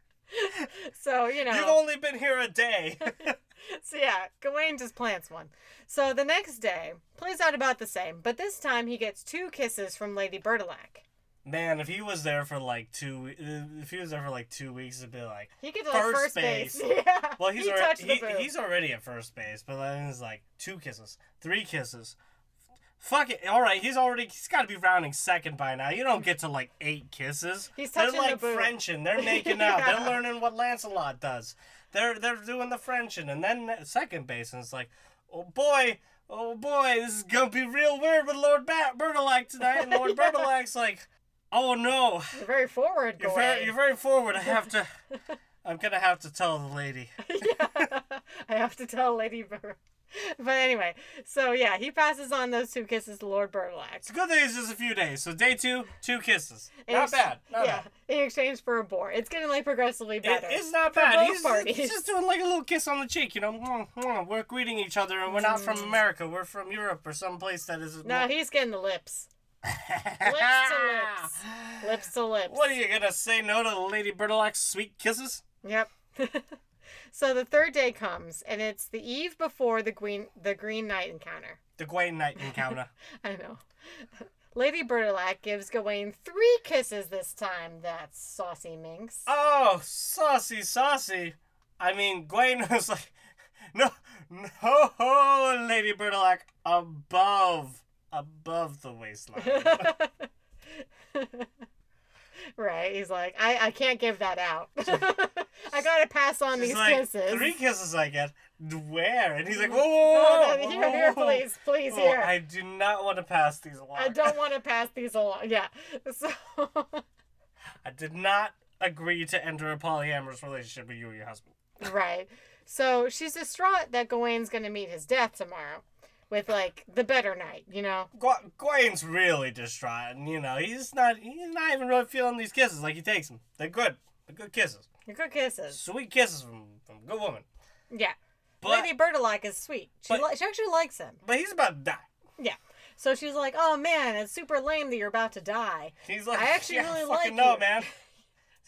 [SPEAKER 2] so you know,
[SPEAKER 1] You've only been here a day.
[SPEAKER 2] So yeah, Gawain just plants one. So the next day plays out about the same, but this time he gets two kisses from Lady Bertilac.
[SPEAKER 1] Man, if he was there for like two, we- if he was there for like two weeks, it'd be like,
[SPEAKER 2] He gets like
[SPEAKER 1] First
[SPEAKER 2] first, base.
[SPEAKER 1] base.
[SPEAKER 2] Yeah.
[SPEAKER 1] well, he's
[SPEAKER 2] he
[SPEAKER 1] already
[SPEAKER 2] touched
[SPEAKER 1] he,
[SPEAKER 2] the boob.
[SPEAKER 1] he's already at first base, but then it's like two kisses, three kisses. Fuck it. All right, he's already he's got to be rounding second by now. You don't get to like eight kisses.
[SPEAKER 2] He's
[SPEAKER 1] they're
[SPEAKER 2] touching the
[SPEAKER 1] like
[SPEAKER 2] boob.
[SPEAKER 1] Frenching. They're making out.
[SPEAKER 2] Yeah.
[SPEAKER 1] They're learning what Lancelot does. They're they're doing the Frenching, and then at second base, and it's like, oh boy, oh boy, this is gonna be real weird with Lord Bat Bertilac tonight. And Lord
[SPEAKER 2] Yeah.
[SPEAKER 1] Bertilac's like, oh no,
[SPEAKER 2] You're very forward,
[SPEAKER 1] you're
[SPEAKER 2] Gawain.
[SPEAKER 1] very, you're very forward. I have to. I'm gonna have to tell the lady.
[SPEAKER 2] yeah. I have to tell Lady Bird. But anyway, so yeah, he passes on those two kisses to Lord Bertilac.
[SPEAKER 1] It's a good thing it's just a few days. So day two, two kisses.
[SPEAKER 2] In
[SPEAKER 1] Not
[SPEAKER 2] ex-
[SPEAKER 1] bad. Not
[SPEAKER 2] yeah,
[SPEAKER 1] bad.
[SPEAKER 2] in exchange for a boar. It's getting like progressively
[SPEAKER 1] It-
[SPEAKER 2] better.
[SPEAKER 1] it's not
[SPEAKER 2] for
[SPEAKER 1] bad.
[SPEAKER 2] both
[SPEAKER 1] He's,
[SPEAKER 2] parties.
[SPEAKER 1] he's just doing like a little kiss on the cheek, you know. Mwah, mwah. We're greeting each other, and we're not from America. We're from Europe or someplace that is.
[SPEAKER 2] Mm. No, he's getting the lips. lips to lips. Lips to lips.
[SPEAKER 1] What are you gonna say no to Lady Bertilac's sweet kisses?
[SPEAKER 2] Yep. so the third day comes, and it's the eve before the green the Green Knight encounter.
[SPEAKER 1] The Gwen Knight encounter.
[SPEAKER 2] I know. Lady Bertilac gives Gawain three kisses this time. That's saucy minx.
[SPEAKER 1] oh, saucy, saucy. I mean, Gwen was like, no, no, Lady Bertilac, above, above the waistline.
[SPEAKER 2] right. He's like, I, I can't give that out. I gotta pass on
[SPEAKER 1] She's
[SPEAKER 2] these
[SPEAKER 1] like,
[SPEAKER 2] kisses.
[SPEAKER 1] Three kisses I get. Where? And he's like, whoa, whoa,
[SPEAKER 2] Oh,
[SPEAKER 1] whoa,
[SPEAKER 2] no,
[SPEAKER 1] whoa,
[SPEAKER 2] here, here,
[SPEAKER 1] whoa,
[SPEAKER 2] please, please,
[SPEAKER 1] whoa,
[SPEAKER 2] here.
[SPEAKER 1] Oh, I do not want to pass these along.
[SPEAKER 2] I don't want to pass these along. Yeah. So
[SPEAKER 1] I did not agree to enter a polyamorous relationship with you and your husband.
[SPEAKER 2] right. So she's distraught that Gawain's gonna meet his death tomorrow, with like the better knight, you know.
[SPEAKER 1] Gwa- Gawain's really distraught, and you know he's not. He's not even really feeling these kisses like he takes them. They're good. They're good kisses.
[SPEAKER 2] Good kisses.
[SPEAKER 1] Sweet kisses from from a good woman.
[SPEAKER 2] Yeah.
[SPEAKER 1] But
[SPEAKER 2] Lady Bertilac is sweet. She
[SPEAKER 1] but-
[SPEAKER 2] li- she actually likes him.
[SPEAKER 1] but he's about to die.
[SPEAKER 2] Yeah. So she's like, "Oh man, it's super lame that you're about to die."
[SPEAKER 1] He's like,
[SPEAKER 2] I actually
[SPEAKER 1] yeah,
[SPEAKER 2] really
[SPEAKER 1] fucking
[SPEAKER 2] like
[SPEAKER 1] no,
[SPEAKER 2] you."
[SPEAKER 1] man.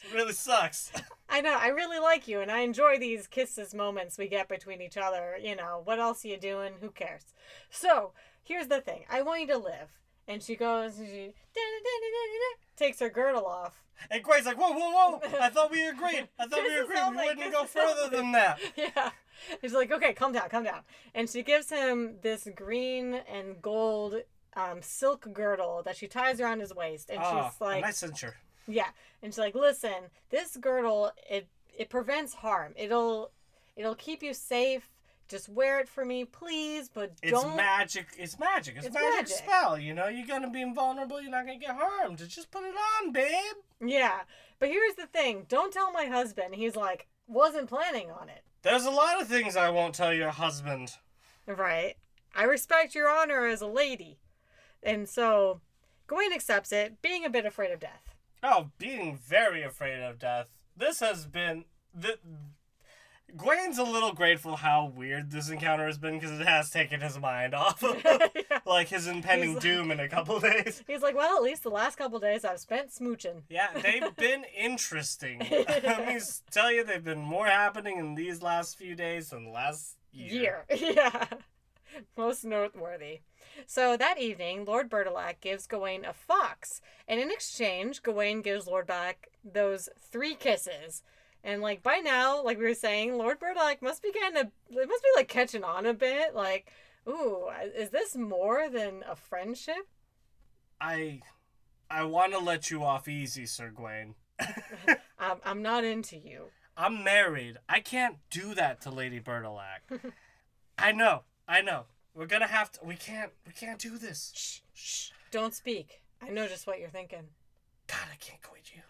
[SPEAKER 1] It really sucks.
[SPEAKER 2] I know. I really like you, and I enjoy these kisses moments we get between each other. You know, what else are you doing? Who cares? So here's the thing. I want you to live. And she goes, and she takes her girdle off.
[SPEAKER 1] And Quaid's like, whoa, whoa, whoa! I thought we agreed. I thought
[SPEAKER 2] This
[SPEAKER 1] we
[SPEAKER 2] is
[SPEAKER 1] agreed. We
[SPEAKER 2] something.
[SPEAKER 1] wouldn't
[SPEAKER 2] This
[SPEAKER 1] go
[SPEAKER 2] is
[SPEAKER 1] further
[SPEAKER 2] something.
[SPEAKER 1] than that.
[SPEAKER 2] Yeah. And she's like, okay, calm down, calm down. And she gives him this green and gold um, silk girdle that she ties around his waist. And
[SPEAKER 1] Ah,
[SPEAKER 2] she's like,
[SPEAKER 1] a nice censure.
[SPEAKER 2] Yeah, and she's like, "Listen, this girdle it it prevents harm. It'll it'll keep you safe. Just wear it for me, please, but
[SPEAKER 1] It's
[SPEAKER 2] don't."
[SPEAKER 1] magic. It's magic. It's,
[SPEAKER 2] It's
[SPEAKER 1] magic,
[SPEAKER 2] magic.
[SPEAKER 1] spell. You know, you're gonna be invulnerable. You're not gonna get harmed. Just put it on, babe.
[SPEAKER 2] yeah, but here's the thing: don't tell my husband. He's like, wasn't planning on it,
[SPEAKER 1] There's a lot of things I won't tell your husband.
[SPEAKER 2] right? I respect your honor as a lady, and so Gawain accepts it, being a bit afraid of death.
[SPEAKER 1] Oh, being very afraid of death. This has been the. Gwen's a little grateful how weird this encounter has been because it has taken his mind off of like his impending
[SPEAKER 2] like-
[SPEAKER 1] doom in a couple days.
[SPEAKER 2] He's like, well, at least the last couple days I've spent smooching.
[SPEAKER 1] Yeah, they've been interesting. Let me s- tell you, they've been more happening in these last few days than the last year.
[SPEAKER 2] year. Yeah. Most noteworthy. So that evening, Lord Bertilac gives Gawain a fox, and in exchange, Gawain gives Lord Back those three kisses. And like by now, like we were saying, Lord Bertilac must be getting a, it must be like catching on a bit. Like, ooh, is this more than a friendship?
[SPEAKER 1] I, I want to let you off easy, Sir Gawain.
[SPEAKER 2] I'm, I'm not into you.
[SPEAKER 1] I'm married. I can't do that to Lady Bertilac. I know. I know. We're gonna have to. We can't. We can't do this.
[SPEAKER 2] Shh, shh, don't speak. I know just what you're thinking.
[SPEAKER 1] God, I can't quit you.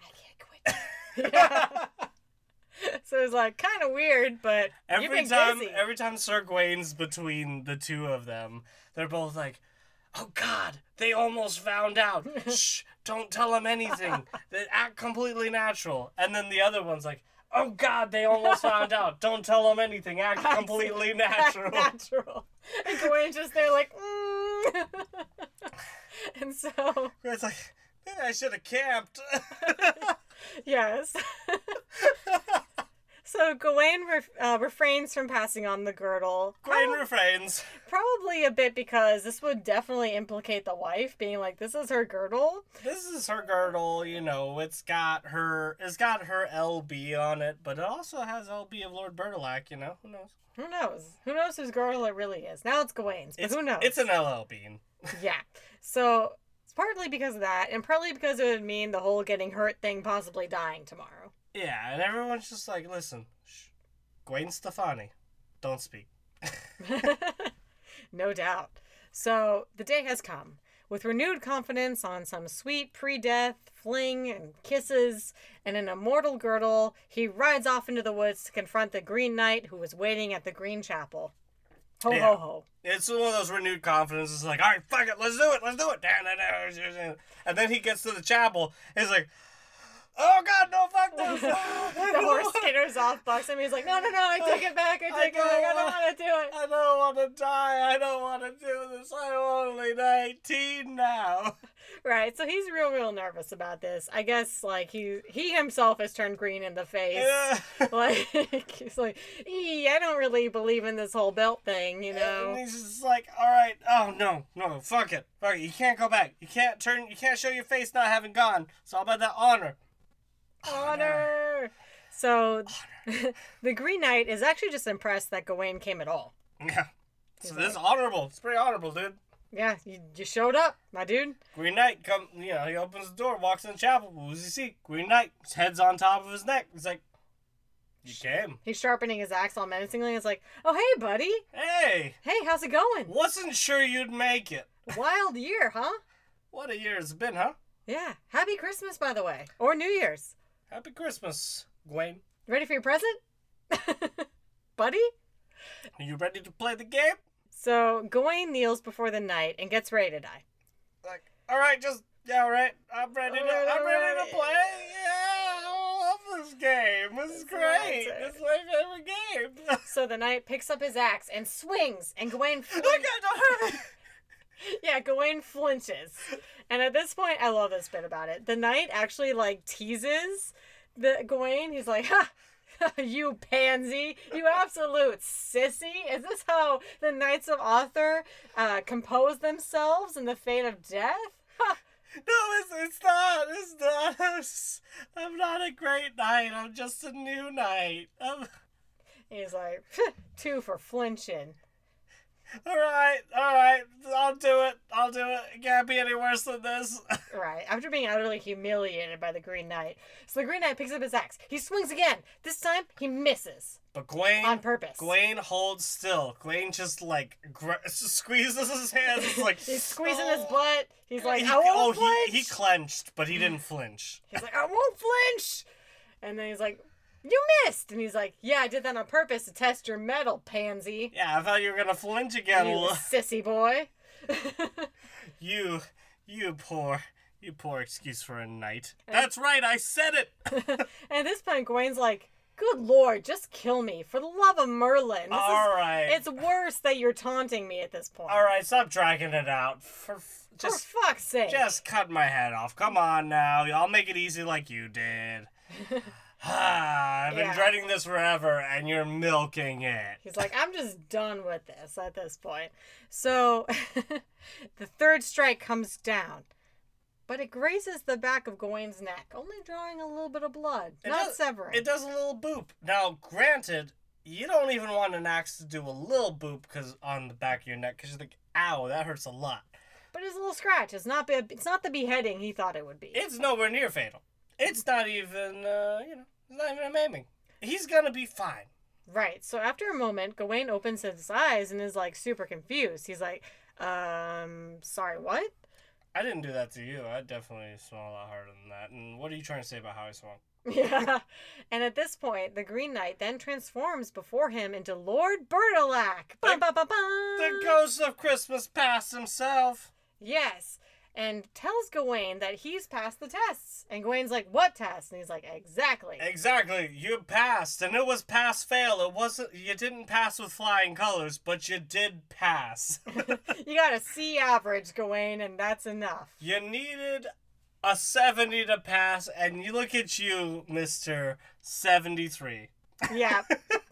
[SPEAKER 2] I can't quit. Yeah. so it's like kind of weird, but you've
[SPEAKER 1] Every
[SPEAKER 2] been
[SPEAKER 1] time,
[SPEAKER 2] busy.
[SPEAKER 1] every time Sir Gawain's between the two of them, they're both like, "Oh God, they almost found out. Shh, don't tell them anything. They act completely natural." And then the other one's like, "Oh God, they almost found out. Don't tell them anything. Act completely natural."
[SPEAKER 2] natural. And Gawain's just there like, mm. and so,
[SPEAKER 1] It's like, "Man, I should have camped.
[SPEAKER 2] yes. So Gawain re- uh, refrains from passing on the girdle.
[SPEAKER 1] Grain
[SPEAKER 2] Prob-
[SPEAKER 1] refrains.
[SPEAKER 2] probably a bit because this would definitely implicate the wife being like, "This is her girdle."
[SPEAKER 1] This is her girdle, you know, it's got her it's got her LB on it, but it also has LB of Lord Bertilac, you know, who knows?
[SPEAKER 2] Who knows? Who knows whose girdle it really is? Now it's Gawain's, but
[SPEAKER 1] It's,
[SPEAKER 2] who knows?
[SPEAKER 1] It's an LL bean.
[SPEAKER 2] yeah. So it's partly because of that, and partly because it would mean the whole getting hurt thing, possibly dying tomorrow.
[SPEAKER 1] Yeah, and everyone's just like, listen, shh, Gwen Stefani, don't speak.
[SPEAKER 2] no doubt. So the day has come. With renewed confidence on some sweet pre death fling and kisses and an immortal girdle, he rides off into the woods to confront the Green Knight who was waiting at the Green Chapel. Ho
[SPEAKER 1] Yeah.
[SPEAKER 2] ho ho.
[SPEAKER 1] It's one of those renewed confidence. It's like, all right, fuck it, let's do it, let's do it. Da, da, da, da, da, da. And then he gets to the chapel. He's like, oh god, no, fuck this. I
[SPEAKER 2] The
[SPEAKER 1] don't
[SPEAKER 2] horse
[SPEAKER 1] wanna-
[SPEAKER 2] skitters off, bucks him. He's like, no, no, no, I take it back. I
[SPEAKER 1] I
[SPEAKER 2] take it back. I
[SPEAKER 1] don't
[SPEAKER 2] don't want to do it.
[SPEAKER 1] I don't want to die. I don't want to do this. I'm only 19 now.
[SPEAKER 2] Right. So he's real, real nervous about this. I guess like he he himself has turned green in the face. like he's like, "Ee, I don't really believe in this whole belt thing, you
[SPEAKER 1] And
[SPEAKER 2] know.
[SPEAKER 1] he's just like, all right, oh no, no, fuck it, fuck it. You can't go back. You can't turn. You can't show your face not having gone. It's all about that honor.
[SPEAKER 2] Honor. So the Green Knight is actually just impressed that Gawain came at all.
[SPEAKER 1] Yeah. So this is honorable. It's pretty honorable, dude.
[SPEAKER 2] Yeah, you, you showed up, my dude.
[SPEAKER 1] Green Knight come. You know, he opens the door, walks in the chapel. What does he see? Green Knight. His head's on top of his neck. He's like, you came.
[SPEAKER 2] He's sharpening his axe all menacingly. It's like, oh hey, buddy.
[SPEAKER 1] Hey,
[SPEAKER 2] Hey, how's it going?
[SPEAKER 1] wasn't sure you'd make it.
[SPEAKER 2] Wild year, huh?
[SPEAKER 1] What a year it's been, huh?
[SPEAKER 2] Yeah. Happy Christmas, by the way, or New Year's.
[SPEAKER 1] Happy Christmas, Gwen.
[SPEAKER 2] Ready for your present, buddy?
[SPEAKER 1] Are you ready to play the game?
[SPEAKER 2] So Gawain kneels before the knight and gets ready to die.
[SPEAKER 1] Like, all right, just yeah, all right. I'm ready to.
[SPEAKER 2] Alright,
[SPEAKER 1] I'm ready
[SPEAKER 2] alright.
[SPEAKER 1] to play. Yeah, I love this game. This is
[SPEAKER 2] That's what I
[SPEAKER 1] great.
[SPEAKER 2] said.
[SPEAKER 1] This is my favorite game.
[SPEAKER 2] So the knight picks up his axe and swings, and Gawain,
[SPEAKER 1] I
[SPEAKER 2] flin-
[SPEAKER 1] got hurt me.
[SPEAKER 2] yeah, Gawain flinches. And at this point, I love this bit about it. The knight actually like teases the Gawain. He's like, "Ha, you pansy, you absolute sissy." Is this how the knights of Arthur uh, compose themselves in the fate of death? Ha.
[SPEAKER 1] No, it's it's not. It's not. It's- I'm not a great knight. I'm just a new knight. Um, I'm,
[SPEAKER 2] He's like, two for flinching.
[SPEAKER 1] all right, all right. I'll do it. I'll do it. It can't be any worse than this.
[SPEAKER 2] Right, after being utterly humiliated by the Green Knight. So the Green Knight picks up his axe. He swings again. This time, he misses
[SPEAKER 1] But Gwen.
[SPEAKER 2] on purpose.
[SPEAKER 1] Gwaine holds still. Gwaine just like gr- squeezes his hands. It's like
[SPEAKER 2] He's squeezing his
[SPEAKER 1] "Oh."
[SPEAKER 2] butt. He's like,
[SPEAKER 1] He-
[SPEAKER 2] I won't
[SPEAKER 1] oh,
[SPEAKER 2] flinch.
[SPEAKER 1] he, he clenched, but he didn't flinch.
[SPEAKER 2] he's like, I won't flinch. And then he's like, You missed. And he's like, Yeah, I did that on purpose to test your metal, pansy.
[SPEAKER 1] Yeah, I thought you were gonna flinch again.
[SPEAKER 2] You
[SPEAKER 1] Lo-
[SPEAKER 2] sissy boy.
[SPEAKER 1] You, you poor, you poor excuse for a knight. That's right, I said it.
[SPEAKER 2] And at Uh, this point, Gawain's like, Good lord, just kill me. For the love of Merlin. This
[SPEAKER 1] All
[SPEAKER 2] is,
[SPEAKER 1] right,
[SPEAKER 2] it's worse that you're taunting me at this point.
[SPEAKER 1] all right. Stop dragging it out. For f- just,
[SPEAKER 2] For fuck's sake.
[SPEAKER 1] just cut my head off. Come on now. I'll make it easy like you did. Ah, I've been
[SPEAKER 2] Yeah.
[SPEAKER 1] dreading this forever, and you're milking it.
[SPEAKER 2] He's like, I'm just done with this at this point. So the third strike comes down, but it grazes the back of Gawain's neck, only drawing a little bit of blood,
[SPEAKER 1] It
[SPEAKER 2] not
[SPEAKER 1] does-
[SPEAKER 2] severing.
[SPEAKER 1] It does a little boop. Now, granted, you don't even want an axe to do a little boop because on the back of your neck, because you think, "Ow, that hurts a lot."
[SPEAKER 2] But it's a little scratch. It's not, be- it's not the beheading he thought it would be.
[SPEAKER 1] It's nowhere near fatal. It's not even, uh, you know, it's not even a maiming. He's gonna be fine.
[SPEAKER 2] right. So after a moment, Gawain opens his eyes and is like super confused. He's like, um, sorry, what?
[SPEAKER 1] I didn't do that to you. I definitely swung a lot harder than that. And what are you trying to say about how I swung?
[SPEAKER 2] Yeah. And at this point, the Green Knight then transforms before him into Lord Bertilac. Bum, bum, bum, bum.
[SPEAKER 1] The ghost of Christmas past himself.
[SPEAKER 2] Yes. And tells Gawain that he's passed the tests. And Gawain's like, What test? And he's like, Exactly.
[SPEAKER 1] Exactly. You passed, and it was pass fail. It wasn't. You didn't pass with flying colors, but you did pass.
[SPEAKER 2] You got a C average, Gawain, and that's enough.
[SPEAKER 1] You needed a 70 to pass, and you look at you, Mr. 73.
[SPEAKER 2] Yeah,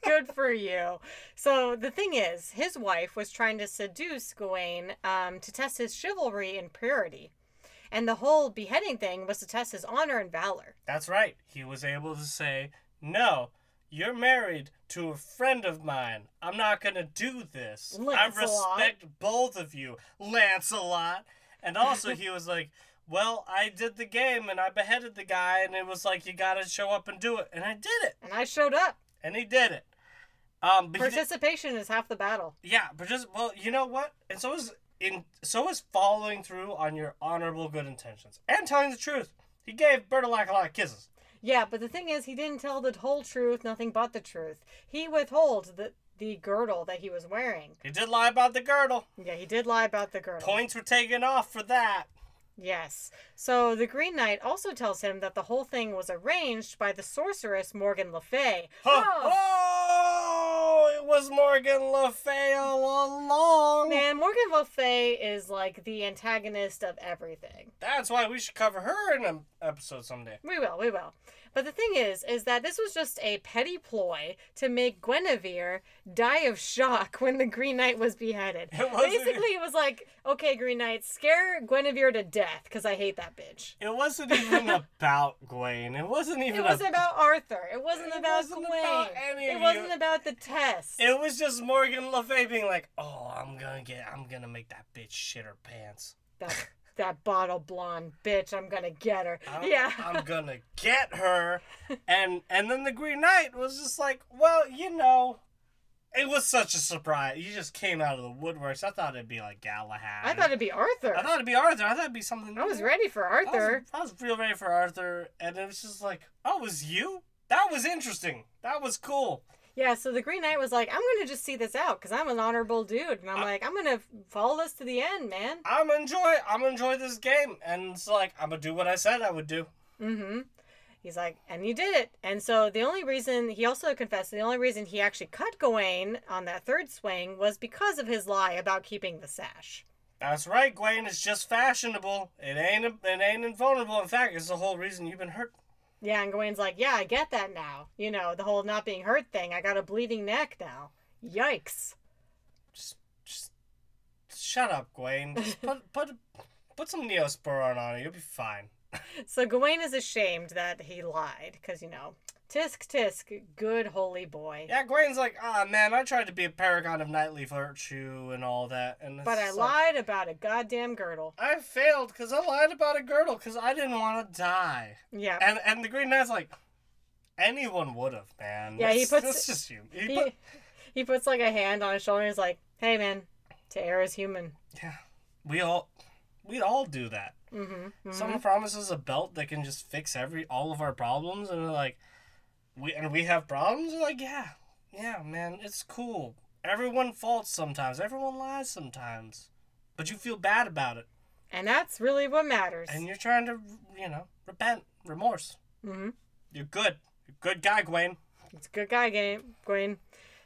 [SPEAKER 2] good for you. So the thing is, his wife was trying to seduce Gawain um, to test his chivalry and purity. And the whole beheading thing was to test his honor and valor.
[SPEAKER 1] That's right. He was able to say, No, you're married to a friend of mine. I'm not going to do this. I
[SPEAKER 2] Lancelot.
[SPEAKER 1] respect both of you, Lancelot. And also, he was like, Well, I did the game and I beheaded the guy, and it was like, You got to show up and do it. And I did it.
[SPEAKER 2] And I showed up.
[SPEAKER 1] And he did it. Um, but he did-
[SPEAKER 2] Participation is half the battle.
[SPEAKER 1] Yeah, but just well, you know what? And so is in so is following through on your honorable good intentions and telling the truth. He gave Bertolac a lot of kisses.
[SPEAKER 2] Yeah, but the thing is, he didn't tell the whole truth, nothing but the truth. He withholds the, the girdle that he was wearing.
[SPEAKER 1] He did lie about the girdle.
[SPEAKER 2] Yeah, he did lie about the girdle.
[SPEAKER 1] Points were taken off for that.
[SPEAKER 2] Yes. So the Green Knight also tells him that the whole thing was arranged by the sorceress Morgan Le Fay.
[SPEAKER 1] Huh.
[SPEAKER 2] Oh,
[SPEAKER 1] Oh, it was Morgan Le Fay all along.
[SPEAKER 2] man, Morgan Le Fay is like the antagonist of everything.
[SPEAKER 1] That's why we should cover her in an episode someday.
[SPEAKER 2] We will, we will. But the thing is, is that this was just a petty ploy to make Guinevere die of shock when the Green Knight was beheaded.
[SPEAKER 1] It wasn't-
[SPEAKER 2] Basically, it was like, okay, Green Knight, scare Guinevere to death because I hate that bitch.
[SPEAKER 1] It wasn't even about Gwen. It wasn't even
[SPEAKER 2] It
[SPEAKER 1] a-
[SPEAKER 2] wasn't about Arthur. It wasn't
[SPEAKER 1] It
[SPEAKER 2] about
[SPEAKER 1] wasn't
[SPEAKER 2] Gawain.
[SPEAKER 1] about any of
[SPEAKER 2] it
[SPEAKER 1] you.
[SPEAKER 2] wasn't about the test.
[SPEAKER 1] It was just Morgan Le Fay being like, "Oh, I'm gonna get, I'm gonna make that bitch shit her pants.
[SPEAKER 2] that that bottle blonde bitch. I'm gonna get her.
[SPEAKER 1] I'm,
[SPEAKER 2] yeah.
[SPEAKER 1] I'm gonna get her." And and then the Green Knight was just like, "Well, you know, it was such a surprise. You just came out of the woodworks. I thought it'd be like Galahad.
[SPEAKER 2] I thought it'd be Arthur.
[SPEAKER 1] I thought it'd be Arthur. I thought it'd be something.
[SPEAKER 2] I was
[SPEAKER 1] new.
[SPEAKER 2] ready for
[SPEAKER 1] I was-
[SPEAKER 2] Arthur.
[SPEAKER 1] I was, real ready for Arthur, and it was just like, "Oh, it was you? That was interesting. That was cool."
[SPEAKER 2] Yeah, so the Green Knight was like, I'm gonna just see this out because I'm an honorable dude. And I'm
[SPEAKER 1] I-
[SPEAKER 2] like, I'm gonna follow this to the end, man.
[SPEAKER 1] I'm enjoy. I'm enjoy this game, and it's like I'm gonna do what I said I would do.
[SPEAKER 2] Mm-hmm. He's like, and you did it. And so the only reason he also confessed, the only reason he actually cut Gawain on that third swing was because of his lie about keeping the sash.
[SPEAKER 1] That's right, Gwen. It's just fashionable. It ain't. It ain't invulnerable. In fact, it's the whole reason you've been hurt.
[SPEAKER 2] Yeah, and Gawain's like, yeah, I get that now. You know, the whole not being hurt thing. I got a bleeding neck now. Yikes.
[SPEAKER 1] Just, just shut up, Gwen. Just put, put, put some neosporin on it. You'll be fine.
[SPEAKER 2] So Gawain is ashamed that he lied because, you know, tisk tisk, good holy boy.
[SPEAKER 1] Yeah, Gwen's like, ah, man. I tried to be a paragon of knightly virtue and all that, and it's
[SPEAKER 2] But I
[SPEAKER 1] like,
[SPEAKER 2] lied about a goddamn girdle.
[SPEAKER 1] I failed because I lied about a girdle because I didn't want to die.
[SPEAKER 2] Yeah.
[SPEAKER 1] And and the Green Knight's like, anyone would have, man.
[SPEAKER 2] Yeah, he
[SPEAKER 1] That's- That's
[SPEAKER 2] puts-
[SPEAKER 1] just you. He
[SPEAKER 2] he,
[SPEAKER 1] put-
[SPEAKER 2] he puts like a hand on his shoulder and is like, hey man, to err is human.
[SPEAKER 1] yeah, we all, we all do that.
[SPEAKER 2] Mm-hmm.
[SPEAKER 1] Someone promises a belt that can just fix every all of our problems, and they're like, we and we have problems. We're like, yeah, yeah, man, it's cool. Everyone faults sometimes. Everyone lies sometimes, but you feel bad about it,
[SPEAKER 2] And that's really what matters.
[SPEAKER 1] and you're trying to, you know, repent, remorse.
[SPEAKER 2] Mm-hmm.
[SPEAKER 1] You're good. You're a good guy, Gwen.
[SPEAKER 2] It's a good guy, Ga- Gawain.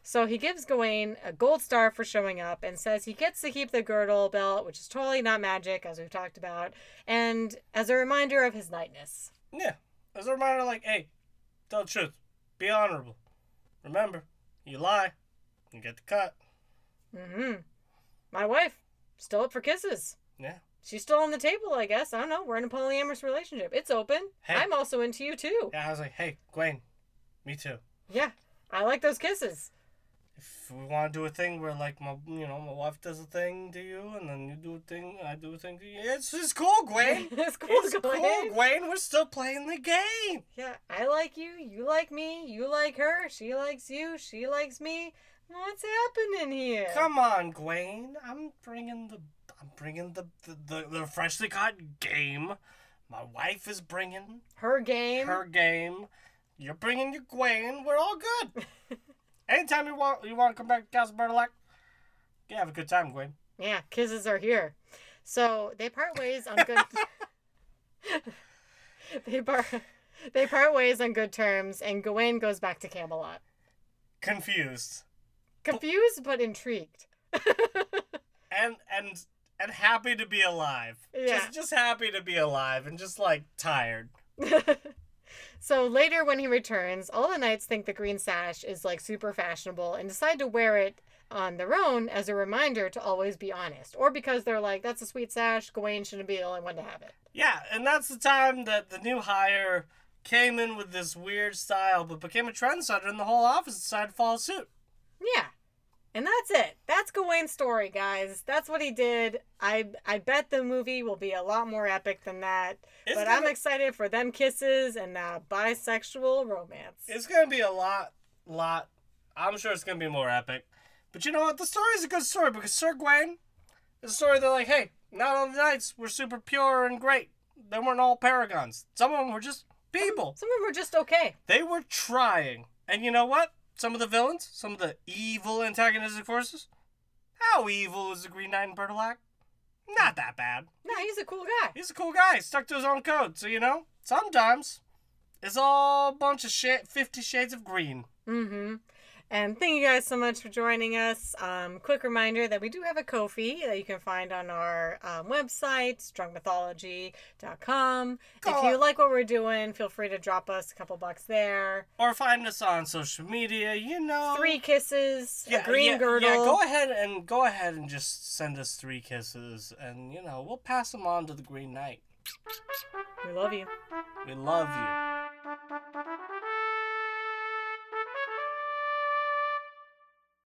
[SPEAKER 2] So he gives Gawain a gold star for showing up and says he gets to keep the girdle belt, which is totally not magic, as we've talked about, and as a reminder of his knightness.
[SPEAKER 1] Yeah. As a reminder, like, hey, tell the truth, be honorable. Remember, you lie, you get the cut.
[SPEAKER 2] hmm My wife, still up for kisses.
[SPEAKER 1] Yeah.
[SPEAKER 2] She's still on the table, I guess. I don't know. We're in a polyamorous relationship. It's open.
[SPEAKER 1] Hey.
[SPEAKER 2] I'm also into you too.
[SPEAKER 1] Yeah, I was like, hey, Gwen, me too.
[SPEAKER 2] Yeah. I like those kisses.
[SPEAKER 1] if we want to do a thing where like my you know my wife does a thing to you and then you do a thing I do a thing to you it's it's cool Gwen
[SPEAKER 2] it's cool,
[SPEAKER 1] it's
[SPEAKER 2] Gwen.
[SPEAKER 1] cool Gwen we're still playing the game
[SPEAKER 2] Yeah, I like you. You like me. You like her. She likes you. She likes me. What's happening here?
[SPEAKER 1] come on Gwen I'm bringing the I'm bringing the the, the, the freshly caught game my wife is bringing
[SPEAKER 2] Her game.
[SPEAKER 1] her game you're bringing your Gwen we're all good anytime you want you want to come back to Castle Bertilac yeah have a good time Gwen
[SPEAKER 2] Yeah, kisses are here. So they part ways on good. they part. They part ways on good terms, and Gawain goes back to Camelot,
[SPEAKER 1] confused
[SPEAKER 2] confused but intrigued.
[SPEAKER 1] and and and happy to be alive.
[SPEAKER 2] Yeah.
[SPEAKER 1] Just just happy to be alive and just like tired.
[SPEAKER 2] So later, when he returns, all the knights think the green sash is like super fashionable and decide to wear it on their own as a reminder to always be honest, or because they're like, that's a sweet sash, Gawain shouldn't be the only one to have it.
[SPEAKER 1] Yeah, and that's the time that the new hire came in with this weird style, but became a trendsetter, and the whole office decided to follow suit.
[SPEAKER 2] Yeah. And that's it. That's Gawain's story, guys. That's what he did. I I bet the movie will be a lot more epic than that.
[SPEAKER 1] It's
[SPEAKER 2] but
[SPEAKER 1] gonna-
[SPEAKER 2] I'm excited for them kisses and that bisexual romance.
[SPEAKER 1] It's gonna be a lot, lot. I'm sure it's gonna be more epic. But you know what? The story is a good story because Sir Gawain is a story. They're like, hey, not all the knights were super pure and great. They weren't all paragons. Some of them were just people.
[SPEAKER 2] Some of them are just okay.
[SPEAKER 1] They were trying. And you know what? Some of the villains, some of the evil antagonistic forces. How evil is the Green Knight in Bertilac? Not that bad.
[SPEAKER 2] No, he's a cool guy.
[SPEAKER 1] He's a cool guy, stuck to his own code. So, you know, sometimes it's all a bunch of shit, 50 shades of green.
[SPEAKER 2] Mm-hmm. And thank you guys so much for joining us. Um, quick reminder that we do have a Kofi that you can find on our um, website, strongmythology.com. If
[SPEAKER 1] Go.
[SPEAKER 2] you like what we're doing, feel free to drop us a couple bucks there.
[SPEAKER 1] Or find us on social media, you know.
[SPEAKER 2] Three kisses, a green girdle.
[SPEAKER 1] Yeah, go ahead and go ahead and just send us three kisses, and you know we'll pass them on to the Green Knight.
[SPEAKER 2] We love you.
[SPEAKER 1] We love you.
[SPEAKER 3] Thank you.